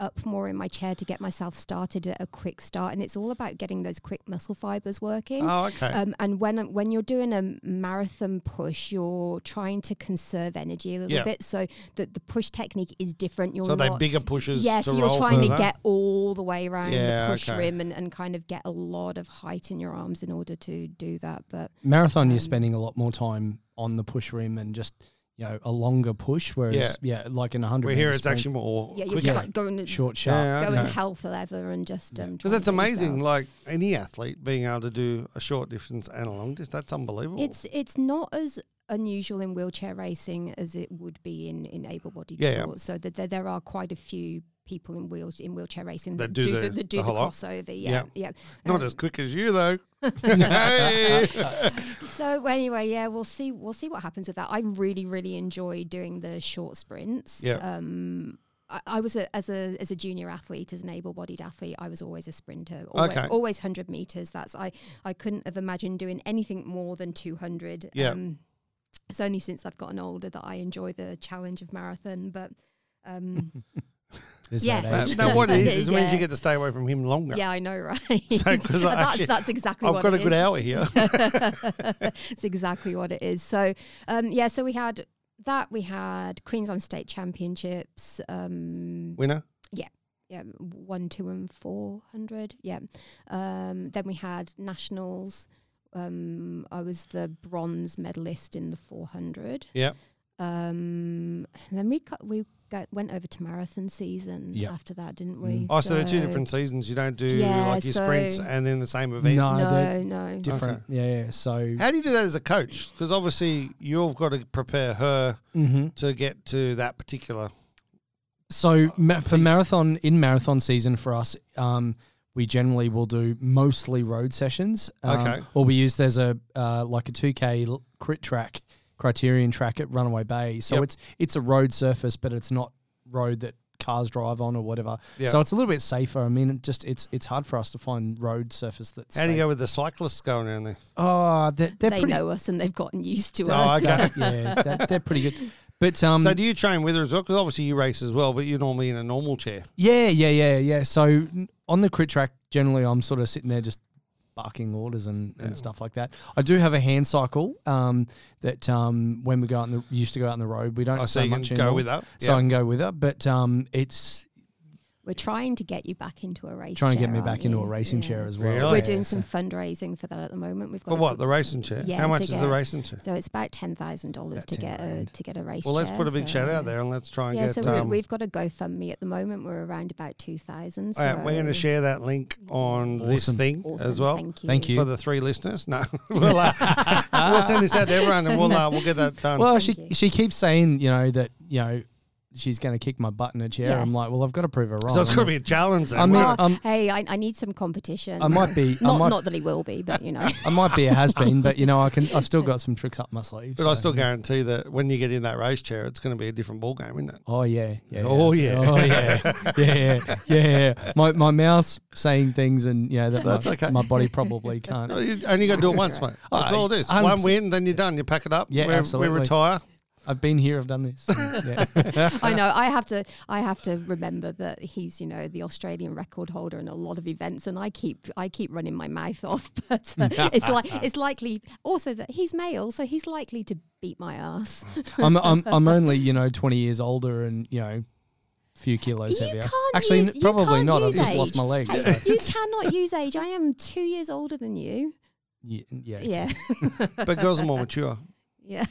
up more in my chair to get myself started at a quick start, and it's all about getting those quick muscle fibers working. Oh, okay. Um, and when when you're doing a marathon push, you're trying to conserve energy a little Yeah. bit, so that the push technique is different. You're so they not, bigger pushes. Yes, to you're roll trying to further? get all the way around Yeah, the push okay. rim and, and kind of get a lot of height in your arms in order to do that. But Marathon, Um, you're spending a lot more time on the push rim and just you know a longer push, whereas yeah, like in a hundred. We're here. meter It's sprint, actually more yeah, you're quicker. just like going short, sharp. Yeah, going okay. hell forever and just um Because trying that's to get amazing. yourself- Like any athlete being able to do a short distance and a long distance, that's unbelievable. it's it's not as unusual in wheelchair racing as it would be in in able-bodied Yeah, yeah. sports so that there, there are quite a few people in wheel in wheelchair racing That that, do the- the, that the do the, whole lot. crossover yeah yeah, Not Um, as quick as you though. Hey! so anyway yeah we'll see we'll see what happens with that i really really enjoy doing the short sprints Yeah. um I- I was a, as a as a junior athlete, as an able-bodied athlete, I was always a sprinter. Always, Okay. always hundred meters. That's I I couldn't have imagined doing anything more than two hundred. Yeah. Um, it's only since I've gotten older that I enjoy the challenge of marathon. But um, There's Yes. that Now- age That's- now thing. what it is Yeah. is it means you get to stay away from him longer. yeah, I know, right? So, 'cause I that's, actually- that's exactly I've what got it a good is. hour here. it's exactly what it is. So, um, yeah, so we had that. We had Queensland State Championships. Um, Winner. yeah, one, two, and four hundred. Yeah. Um, then we had nationals. Um, I was the bronze medalist in the four hundred. Yep. Um, and then we got, we got, went over to marathon season Yep. after that, didn't Mm. we? Oh, so, there are two different seasons. You don't do Yeah, like your sprints so- and then the same event. No, they're No, no. different. Yeah, yeah. So How do you do that as a coach? Because obviously you've got to prepare her mhm. to get to that particular. So ma- for Oh, please. marathon in marathon season for us, um, we generally will do mostly road sessions. Um, Okay. Or we use there's a uh, like a two k crit track criterion track at Runaway Bay. So Yep. it's it's a road surface, but it's not road that cars drive on or whatever. Yeah. So it's a little bit safer. I mean, it just it's it's hard for us to find road surface that's. How do you safe. go with the cyclists going around there? Oh, they're, they're they pretty. know us and they've gotten used to Oh, us. okay. yeah, they're, they're pretty good. But um, so do you train with her as well? Because obviously you race as well, but you're normally in a normal chair. Yeah, yeah, yeah, yeah. So n- on the crit track, generally I'm sort of sitting there just barking orders and, Yeah. and stuff like that. I do have a hand cycle um, that um, when we go out in the used to go out on the road, we don't Oh, so so you can much go anymore. with that. so I can go with her, but um, it's We're trying to get you back into a race. trying to get chair, me aren't back into we? a racing Yeah. chair as well. Really? We're Yeah, doing some so- fundraising for that at the moment. We've got For a what? The racing chair? Yeah, How much to is get- the racing chair? So it's about ten thousand dollars to 10 get a grand. to get a race. Well, let's chair, put a big so- shout out there and let's try and Yeah, get. so we, um, we've got a GoFundMe at the moment. We're around about two thousand. all right, Oh, we're going to share that link on this Awesome. thing as well Thank you. Thank you. for the three listeners. No, we'll, uh, we'll send this out to everyone and we'll uh, we'll get that done. Well, Thank she you. she keeps saying you know that you know she's going to kick my butt in a chair. I'm Yes. like, well, I've got to prove her wrong. so it's I going to mean- be a challenge. Then, I mean, won't Well, it? um, hey, I, I need some competition. I might be, I not might, not that he will be, but you know. I might be a has been, but you know, I can, I've still got some tricks up my sleeve. but I so- still guarantee that when you get in that race chair, it's going to be a different ball game, isn't it? Oh yeah, yeah. Oh, yeah. Oh yeah. Yeah, yeah, yeah, yeah. My my mouth's saying things and yeah, that That's my, okay. my body probably can't. No, You only got to do it once, mate. That's all it is. One 100%. win, then you're done. You pack it up. Yeah, we absolutely. We retire. I've been here, I've done this. Yeah. I know. I have to. I have to remember that he's, you know, the Australian record holder in a lot of events, and I keep, I keep running my mouth off. But uh, it's like, it's likely also that he's male, so he's likely to beat my ass. I'm I'm I'm only, you know, 20 years older and, you know, few kilos You heavier. can't Actually, use- n- you probably can't not. I've use just lost age. my legs. so- Hey, you cannot use age. I am two years older than you. Ye- yeah. Yeah. Yeah, But girls are more mature. yeah.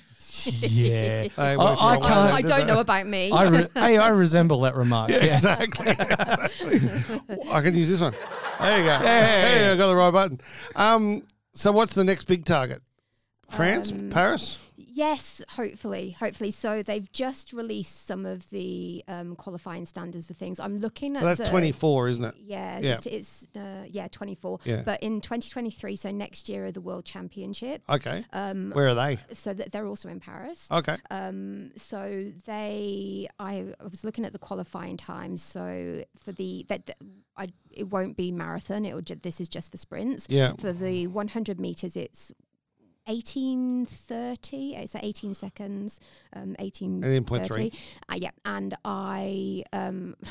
They I- work I their way can't- around, I don't don't they? know about me. I re- hey, I resemble that remark. Yeah. exactly. exactly. Oh, I can use this one. There you go. Hey, I got the right button. Um, so what's the next big target? France, Um, Paris. Yes, hopefully, hopefully. So they've just released some of the um, qualifying standards for things. I'm looking at So that's the- 24, isn't it? Yeah, Yeah. it's, it's uh, yeah, 24. Yeah. But in 2023, so next year are the World Championships. Okay. Uh. Um, Where are they? so that they're also in Paris. Okay. Um, so they, I, I was looking at the qualifying times. So for the that, that- I, it won't be marathon. It will. Ju- this is just for sprints. Yeah. For the 100 meters, it's 1830. It's at 18 seconds. Um, 18 And in point three. 30. Uh, yeah, and I um,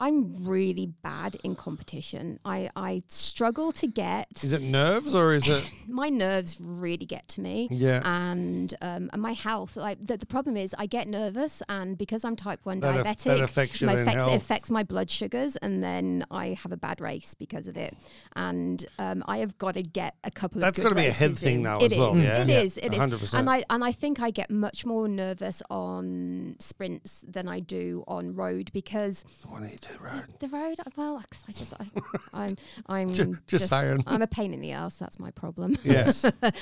I'm really bad in competition. I I struggle to get Is it nerves or is it? my nerves really get to me. Yeah. And um, and my health, like the, the problem is, I get nervous, and because I'm type one That aff- diabetic, that affects your my then affects, it health. affects my blood sugars, and then I have a bad race because of it. And um, I have got to get a couple That's of. gotta got to be a head thing though as well, yeah? It Yeah. is. It is. 100%. And I and I think I get much more nervous on sprints than I do on road because One eighty two road. the road. Well, 'cause I just I, I'm I'm just, just saying. I'm a pain in the ass. That's my problem. Yes. I mean,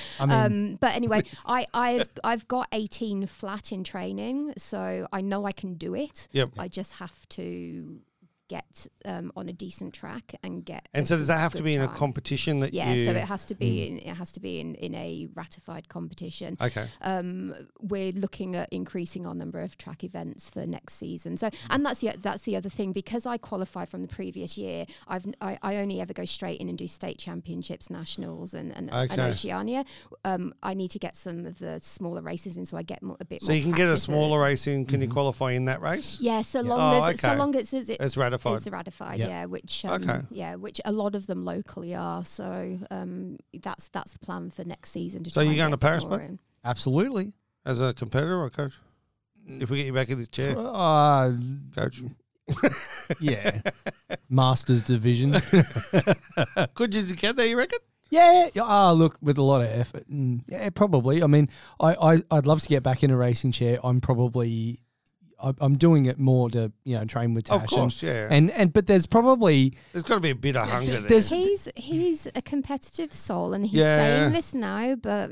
Mm. Um, but anyway, I, I've I've got 18 flat in training, so I know I can do it. Yep. I just have to get um, on a decent track and get. And a so does that have to good be in a time. competition that Yeah, you? Mm. so it has to be in, it has to be in, in a ratified competition. okay. Um, we're looking at increasing our number of track events for next season. Mm. So, and that's the that's the other thing because I qualify from the previous year. I've I, I only ever go straight in and do state championships, nationals, and and, and Okay. Oceania. Um, I need to get some of the smaller races in, so I get more, a bit. So more you can get a practice at it. smaller race in. Can you qualify in that race? Yeah, so long Oh, as so okay. long as it's, It's ratified. It's ratified, Yeah. yeah. Which um, Okay. yeah, which a lot of them locally are. So um, that's that's the plan for next season. To So try you're and going get to a bit Paris, more bud? in. absolutely. As a competitor or coach? If we get you back in this chair, Uh, coach. yeah, Masters division. Could you get there? You reckon? Yeah, yeah, ah, look, with a lot of effort. And yeah, probably. I mean, I, I, I'd love to get back in a racing chair. I'm probably, I, I'm doing it more to, you know, train with Tash. Of course, yeah. And, and, and, but there's probably, There's got to be a bit of hunger there. there's- He's he's a competitive soul, and he's Yeah. saying this now, but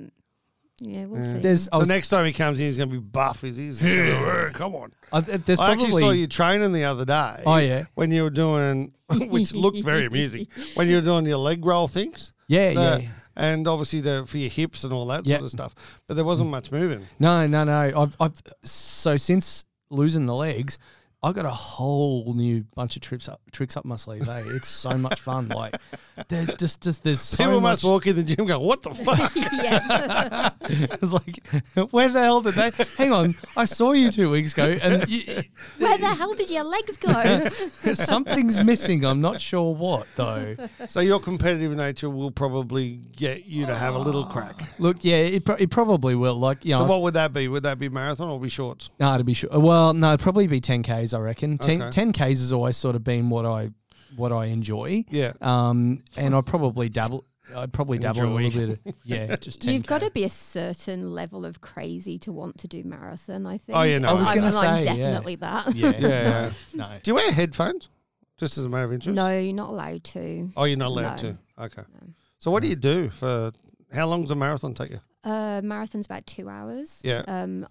yeah, we'll see. there's, I So was, next time he comes in, he's going to be buff. He's, he's gonna be, "Urgh, come on. I, th- there's I probably, actually saw you training the other day. Oh, yeah. When you were doing, which looked very amusing, when you were doing your leg roll things. yeah, the- yeah. And obviously the for your hips and all that Yeah. sort of stuff. But there wasn't much moving. No, no, no. I've, I've, so since losing the legs, I've got a whole new bunch of trips up, tricks up my sleeve. Eh? It's so much fun. Like, there's just, just, there's so People much. must walk in the gym going, what the fuck? yeah, It's like, where the hell did they? Hang on, I saw you two weeks ago, and you, where the hell did your legs go? something's missing. I'm not sure what though. so your competitive nature will probably get you to have a little crack. Look, yeah, it, pro- it probably will. Like, Oh. yeah, So know, what would that be? Would that be marathon or be shorts? nah, to be sure. Well, no, it'd probably be 10ks. I reckon 10, Okay. 10ks has always sort of been what I what I enjoy. Yeah. Um, and I probably dabble. I'd probably dabble in a Enjoy. little bit. Of, yeah, just 10 You've got to be a certain level of crazy to want to do marathon. I think. Oh, yeah, no, I I was am gonna I'm say, yeah. definitely that. Yeah, Yeah. No, no. Do you wear headphones? Just as a matter of interest? No, you're not allowed to. Oh, you're not allowed No. to. Okay. No. So what do you do for how long does a marathon take you? Uh, marathon's about two hours. Yeah. Um,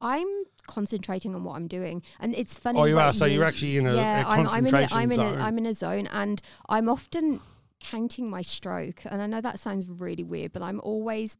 I'm concentrating on what I'm doing, and it's funny. Oh, you what are. So you're actually in a, yeah, a I'm, I'm in a, concentration I'm in a, zone. I'm in a zone, and I'm often counting my stroke. And I know that sounds really weird, but I'm always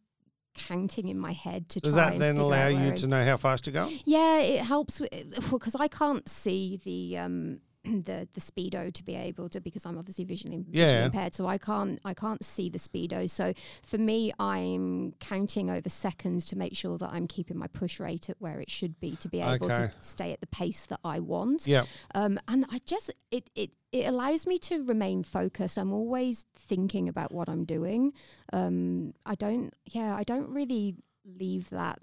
counting in my head to Does try. that and then figure allow out where you I- to know how fast you're going? Yeah, it helps because I can't see the. Um, the the speedo to be able to because I'm obviously visually, visually Yeah. impaired so I can't I can't see the speedo so for me I'm counting over seconds to make sure that I'm keeping my push rate at where it should be to be able Okay. to stay at the pace that I want Yeah. um, and I just it, it it allows me to remain focused. I'm always thinking about what I'm doing. Um, I don't yeah I don't really leave that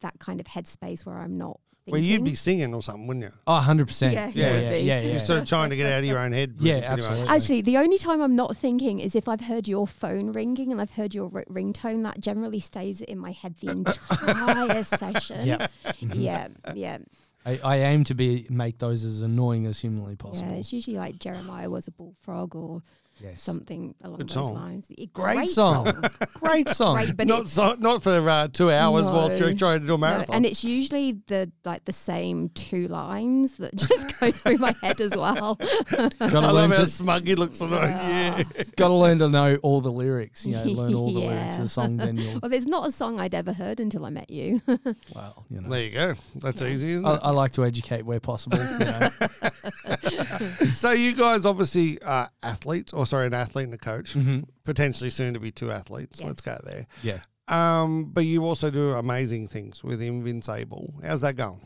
that kind of headspace where I'm not. Thinking. Well, you'd be singing or something, wouldn't you? Oh, Yeah, 100%. yeah, yeah, yeah. yeah. yeah, yeah. You're sort of trying to get out of your own head. Yeah, pretty much. absolutely. Actually, the only time I'm not thinking is if I've heard your phone ringing and I've heard your r- ringtone. That generally stays in my head the entire session. Yeah. yeah, yeah, I, I aim to be make those as annoying as humanly yeah. possible. It's usually like Jeremiah was a bullfrog or Yes. something along Good those song. lines. Yeah, Great song. Great song. Great, but it- Not so, not for uh, two hours whilst No. you're trying to do a No, marathon. and it's usually the like the same two lines that just go through my head as well. Gotta I love learn how to smug he looks on yeah. gotta learn to know all the lyrics. You know, learn all the lyrics of Yeah. the song. Then you'll Well, there's not a song I'd ever heard until I met you. wow. You know, There you go. That's easy, isn't I, it? I like to educate where possible. you know. So you guys obviously are athletes, or sorry, an athlete and a coach, Mm-hmm. potentially soon to be two athletes. Let's go there. Yeah. Um, but you also do amazing things with Invincible. How's that going?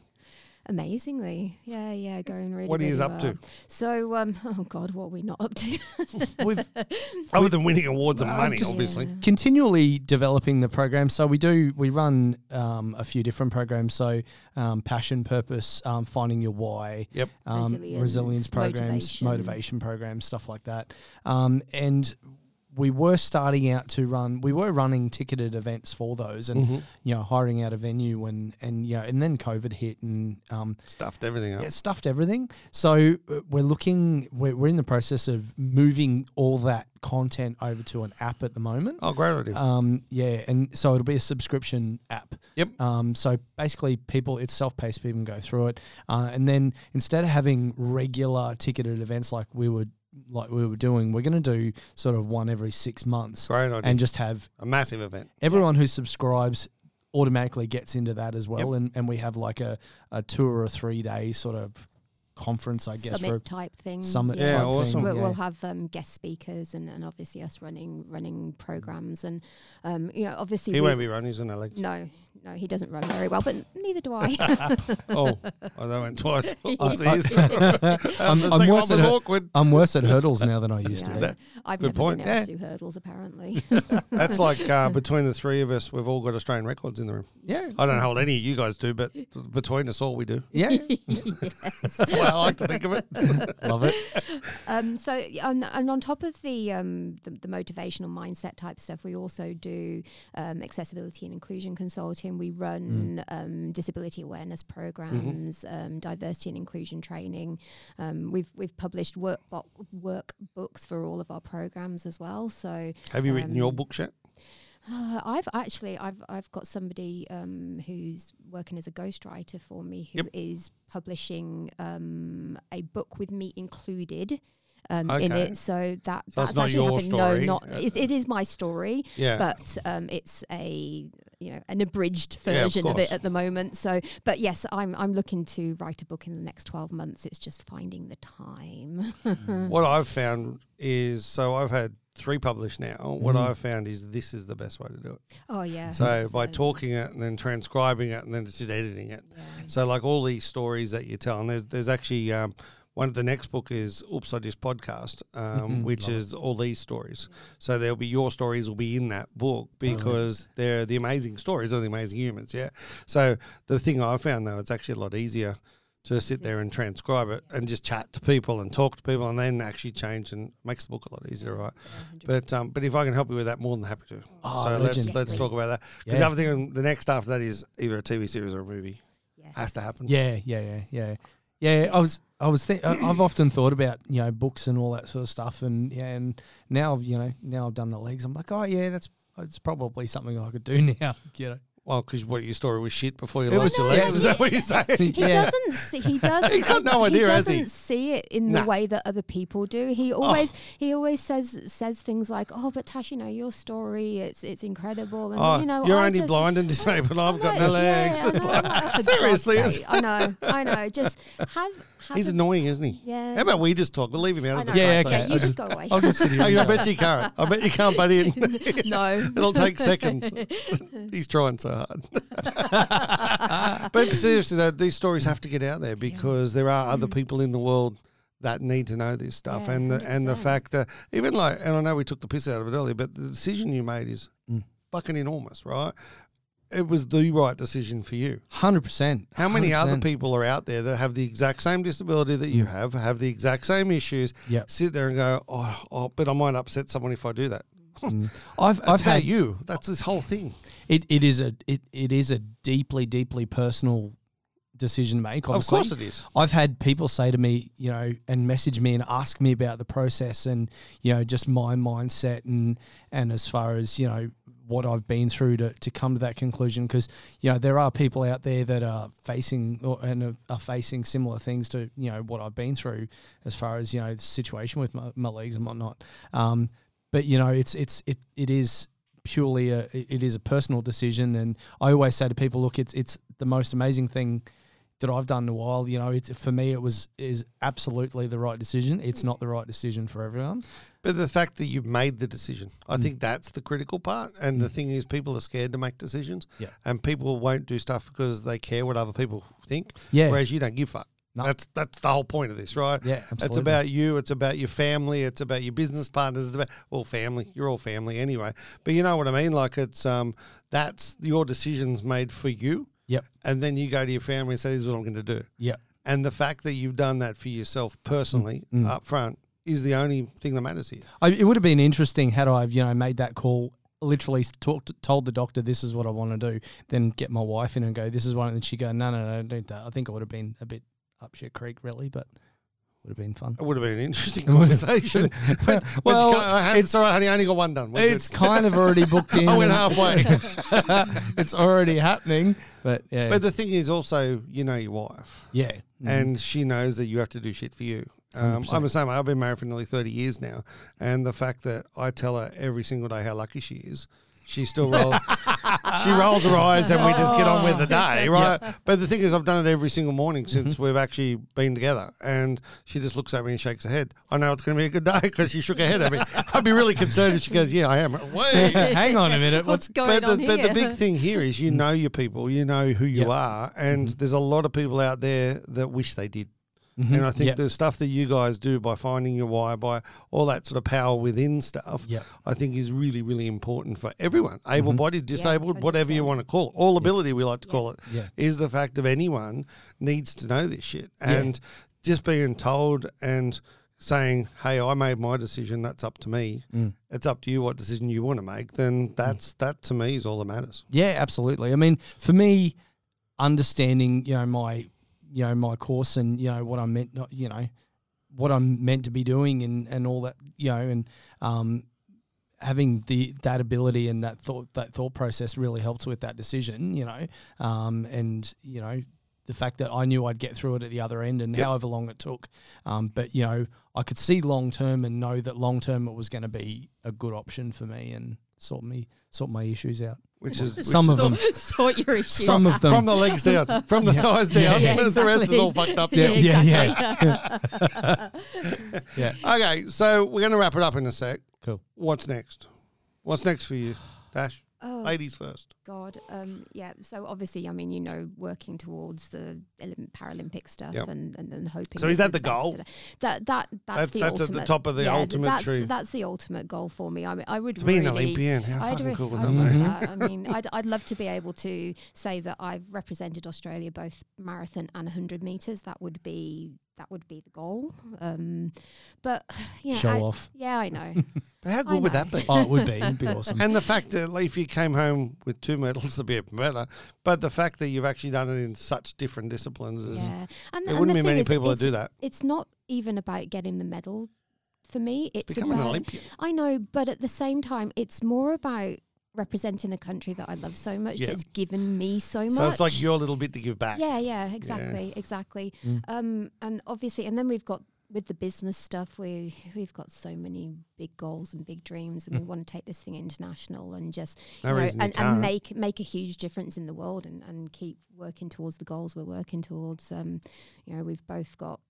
Amazingly, yeah, yeah, going really. what are really yous up to? well. So, um, oh God, what are we not up to? We've Other than winning awards and money, Oh, just- obviously. Yeah. continually developing the program. So we do we run um, a few different programs. So um, passion, purpose, um, finding your why, Yep. um, Resilience, resilience, programs, motivation. motivation. programs, stuff like that. Um, and we were starting out to run. We were running ticketed events for those, and you know, hiring out a venue, and and you know, and then COVID hit, and um, Stuffed everything up. it stuffed everything. So uh, we're looking, we're, we're in the process of moving all that content over to an app at the moment. Oh, great idea. Um, yeah, and so it'll be a subscription app. Yep. Um, so basically, people it's self-paced. People can go through it, uh, and then instead of having regular ticketed events like we would like we were doing, we're going to do sort of one every six months, great idea. and just have a massive event. everyone who subscribes automatically gets into that as well, and and we have like a a two or a three day sort of conference, I guess, summit for type thing. summit Yeah, type awesome. thing. We'll, yeah. we'll have um, guest speakers and, and obviously us running running programs and um, you know obviously He we- won't be running. He's an elect. no no he doesn't run very well but neither do I. oh, oh, that went twice. I'm, I'm worse at hur- awkward. I'm worse at hurdles now than I used Yeah. to be. That- I've good never point. been able to do hurdles apparently. That's like uh, between the three of us, we've all got Australian records in the room. Yeah. I don't know how any of you guys do, but between us all, we do. Yeah, That's the way I like to think of it. love it. Um, so, yeah, and, and on top of the, um, the the motivational mindset type stuff, we also do um, accessibility and inclusion consulting. We run um, disability awareness programs, um, diversity and inclusion training. Um, we've we've published work workbooks for all of our programs as well. So, Have you written Um, your books yet? uh, I've actually I've I've got somebody um, who's working as a ghostwriter for me who is Yep. publishing um, a book with me included. Um, In Okay. it, so that So it's that's not actually your happening. story, No, not uh, it, it is my story, Yeah. but um, it's a you know an abridged Yeah, of version of, course. it at the moment. So, but yes, I'm I'm looking to write a book in the next twelve months. It's just finding the time. what I've found is so I've had three published now. What I've found is this is the best way to do it. oh yeah. So by talking it and then transcribing it and then it's just editing it. So like all these stories that you tell, and there's there's actually um, one of the next book is Oops I Just Podcast, um, which is all these stories. So there'll be your stories will be in that book because they're the amazing stories of the amazing humans. Yeah. So the thing I found though, it's actually a lot easier to sit there and transcribe it and just chat to people and talk to people and then actually change and makes the book a lot easier, right? But um, but if I can help you with that, more than happy to. Oh, so let's legend. let's talk about that because the Yeah. other thing, the next after that is either a TV series or a movie. Yeah. Has to happen. Yeah, yeah, yeah, yeah, yeah. I was, I was, think, I- I've often thought about you know books and all that sort of stuff, and yeah, and now you know now I've done the legs. I'm like, oh yeah, that's it's probably something I could do now. You know, Well, because what your story was shit before you It lost was- your yeah, legs. it Is was- that what you're saying? He Yeah. doesn't. See, he doesn't. He's got no idea, has doesn't he? see it in Nah. Oh. the way that other people do. He always he always says says things like, "Oh, but Tash, you know your story. It's it's incredible." And Oh, you know, you're I only just, blind and disabled. I've got like, no yeah, legs. I know, It's I'm like, like, "Oh, for seriously, God's it's- sake." I know, I know. Just have. have he's a- annoying, isn't he? Yeah. How about we just talk? We'll leave him out I of know. the Yeah, conversation. okay. You I'll just go away. I'll just sit here. Oh, and I do bet you can't. I bet you can't butt in. no. It'll take seconds. He's trying so hard. but seriously, though, these stories have to get out there because there are other people in the world that need to know this stuff. Yeah, and the, and the 100%. fact that even like, and I know we took the piss out of it earlier, but the decision you made is Mm. fucking enormous, right? It was the right decision for you. Hundred percent. How many 100%. other people are out there that have the exact same disability that you have, have the exact same issues, Yep. sit there and go, oh, oh, but I might upset someone if I do that. I've, I've That's how had you. That's this whole thing. it. It is a it, it is a deeply deeply personal decision to make. Obviously. Of course it is. I've had people say to me, you know, and message me and ask me about the process and you know just my mindset and and as far as you know what I've been through to, to come to that conclusion because you know there are people out there that are facing or, and are, are facing similar things to you know what I've been through as far as you know the situation with my, my legs and whatnot. Um, but you know it's it's it it is purely a it it is a personal decision and I always say to people, look, it's it's the most amazing thing that I've done in a while, you know, it's for me it was is absolutely the right decision. It's not the right decision for everyone. But the fact that you made the decision, I Mm. think that's the critical part. And the thing is, people are scared to make decisions. Yeah. And people won't do stuff because they care what other people think. Yeah. Whereas you don't give a fuck. No. That's that's the whole point of this, right? Yeah, It's absolutely. about you. It's about your family. It's about your business partners. It's about well, family. You're all family anyway. But you know what I mean. Like it's um, that's your decisions made for you. Yep. And then you go to your family and say, "This is what I'm going to do." Yep. And the fact that you've done that for yourself personally Mm, up front is the only thing that matters here. I, it would have been interesting had I, have you know, made that call, literally talked, told the doctor this is what I want to do, then get my wife in and go, this is one, and she go, no, no, no, don't do that. I think I would have been a bit up shit creek, really, but would have been fun. It would have been an interesting would have- conversation. But- but Well, you can't- I had- it's all right, honey. I only got one done. We're good. It's kind of already booked in. uh, I went and halfway. it's already happening, but yeah, but the thing is, also, you know your wife, yeah, Mm. and she knows that you have to do shit for you. Um, I'm the same. I've been married for nearly 30 years now, and the fact that I tell her every single day how lucky she is. She still rolls. she rolls her eyes, and we just get on with the day, right? But the thing is, I've done it every single morning since we've actually been together, and she just looks at me and shakes her head. I know it's going to be a good day because she shook her head at me. I'd be really concerned if she goes, "Yeah, I am." Wait, hang on a minute. What's What's going but on the, here? But the big thing here is you know your people, you know who you Mm. Yep. Mm-hmm. are, and there's a lot of people out there that wish they did. And I think Yep. the stuff that you guys do by finding your why, by all that sort of power within stuff, Yep. I think is really, really important for everyone, Mm-hmm. able-bodied, disabled, whatever you 100%. want to call it, all ability we like to call it, is Yeah. the fact of anyone needs to know this shit. And just being told and saying, "Hey, I made my decision. That's up to me. Mm. It's up to you what decision you want to make." Then that's that to me is all that matters. Yeah, absolutely. I mean, for me, understanding you know my you know my course and you know what I'm meant not you know what I'm meant to be doing and and all that you know and um having the that ability and that thought that thought process really helps with that decision you know um and you know the fact that I knew I'd get through it at the other end and however long it took um but you know I could see long term and know that long term it was going to be a good option for me and sort me sort my issues out Which is which some is of them sort your issues. some out. of them from the legs down, from the thighs down. Yeah, The rest is all fucked up. Yeah, yeah, Okay, so we're going to wrap it up in a sec. Cool. What's next? What's next for you, Dash? Oh. Ladies first. God, um, yeah. So obviously, I mean, you know, working towards the Olymp- Paralympic stuff Yep. and, and and hoping. So is that that we're the best goal? for That that, that that's, That's- the that's at the ultimate. top of the yeah, th- ultimate that's, tree. That's the ultimate goal for me. I mean, I would To be an really- Olympian, how I'd fucking re- cool would I'd that love be? that. I mean, I'd, I'd love to be able to say that I've represented Australia both marathon and 100 meters. That would be that would be the goal. Um, but you know, Show I- off. Yeah, I know. But how I good would know. that be? Oh, it would be. It'd be awesome. And the fact that Leafy came home with two medals would be a better, but the fact that you've actually done it in such different disciplines is yeah, and there and wouldn't the be thing many is, people that it's- do that. it's not even about getting the medal for me. It's Become an about Olympian. I know, but at the same time, it's more about representing the country that I love so much. Yeah. That's given me so much. So it's like your little bit to give back. Yeah, yeah, exactly, exactly. Um, and obviously, and then we've got with the business stuff, we we've got so many big goals and big dreams, and we want to take this thing international and just No you know, reason you and, and can't. make make a huge difference in the world, and, and keep working towards the goals we're working towards. Um, you know, we've both got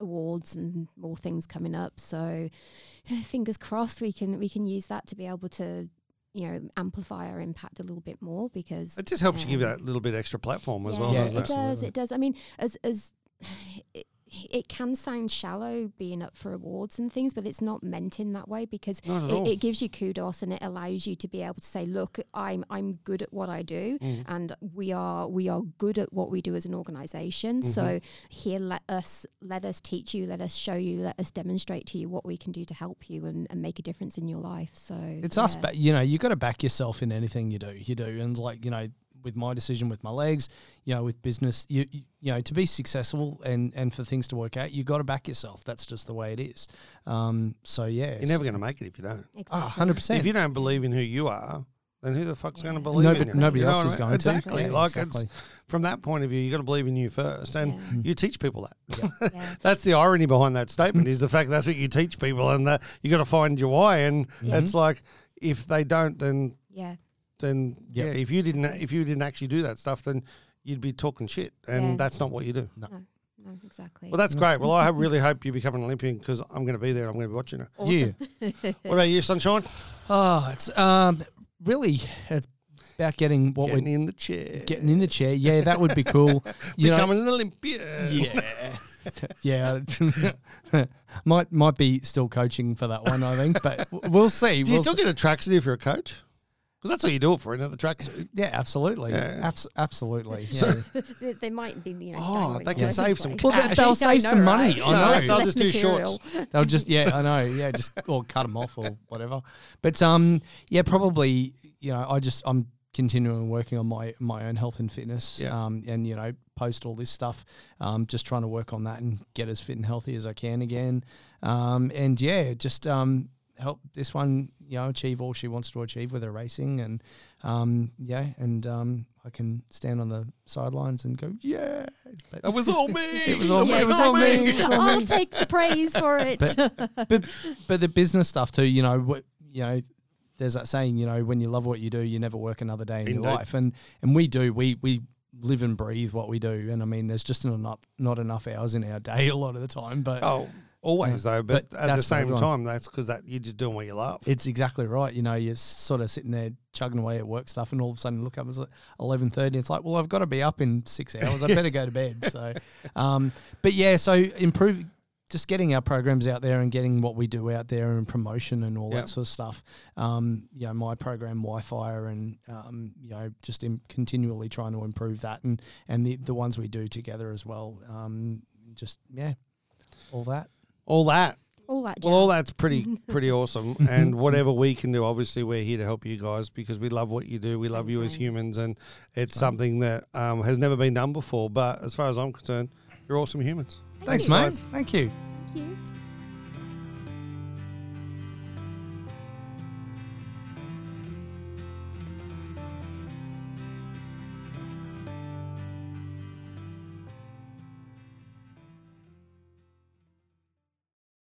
awards and more things coming up, so fingers crossed we can we can use that to be able to you know amplify our impact a little bit more because It just helps you give Yeah. that little bit extra platform as yeah, well. Yeah, doesn't it it? does. It does. I mean, as as it, it can sound shallow being up for awards and things, but it's not meant in that way because Not at it, all. it gives you kudos and it allows you to be able to say, look, I'm I'm good at what I do, Mm. and we are we are good at what we do as an organization. Mm-hmm. So here, let us let us teach you, let us show you, let us demonstrate to you what we can do to help you and, and make a difference in your life. So It's us, yeah. but you know, you got to back yourself in anything you do. You do, and like you know, with my decision with my legs, you know, with business, you you, you know, to be successful and and for things to work out, you got to back yourself. That's just the way it is. Um. So yeah, Ah, You're never going to make it if you don't. Exactly. hundred If percent. you don't believe in who you are, then who the fuck's going to believe in Nobody, you? nobody You know else what is I mean? going exactly. Mm. to. Yeah, like exactly. it's from that point of view, you got to believe in you first, and Yeah. you teach people that. Yeah. that's the irony behind that statement is the fact that's what you teach people, and that you got to find your why. And Mm-hmm. it's like if they don't, then yeah. then Yep. yeah, if you didn't if you didn't actually do that stuff, then you'd be talking shit, and Yeah. that's not what you do. No, exactly. Well, Mm-hmm. that's great. Well, I really hope you become an Olympian because I'm going to be there. I'm going to be watching it. You. What about you, Sunshine? Oh, it's um really it's about getting what Getting we're in the chair. getting in the chair. Yeah, that would be cool. You know, becoming an Olympian. yeah. yeah, might might be still coaching for that one, I think, but w- we'll see. Do you we'll still see. get a tracksuit if you're a coach? Because that's what you do it for, another tracksuit. yeah, absolutely, Yeah. Abs- absolutely. Yeah. they, they might be, you know. Oh, dangling they can all over save the some place. well, they, will You don't save some know, money. right? No, I it's know. not- They'll Less just do material. They'll just yeah, I know, yeah, just or cut them off or whatever. But um, yeah, probably you know, I just I'm continuing working on my my own health and fitness. Yeah. Um, and you know, post all this stuff. Um, just trying to work on that and get as fit and healthy as I can again. Um, and yeah, just um, help this one you know achieve all she wants to achieve with her racing and um, yeah, and um, I can stand on the sidelines and go yeah. But- That was all me. it was all me. It was all me. It was all I'll take the praise for it. but but the business stuff too. You know, what you know. There's that saying, you know, when you love what you do, you never work another day in Indeed. your life, and and we do. We we live and breathe what we do, and I mean, there's just not enough- not enough hours in our day a lot of the time, but. Oh, always though. But, But at the that's for same everyone. time, that's because that you're just doing what you love. It's exactly right. You know, you're sort of sitting there chugging away at work stuff, and all of a sudden, look up, it's like eleven thirty. It's like, well, I've got to be up in six hours. I better go to bed. So, um, but yeah, so improve, just getting our programs out there and getting what we do out there and promotion and all Yeah. that sort of stuff. Um, you know, my program Wi-Fi and um, you know, just in continually trying to improve that and and the the ones we do together as well. Um, just yeah, all that. All that. All that Well, all that's pretty pretty awesome. And whatever we can do, obviously, we're here to help you guys because we love what you do. We love That's you as right. humans, and it's something that um, has never been done before. But as far as I'm concerned, you're awesome humans. Thanks, Thanks, mate. guys. Thank you.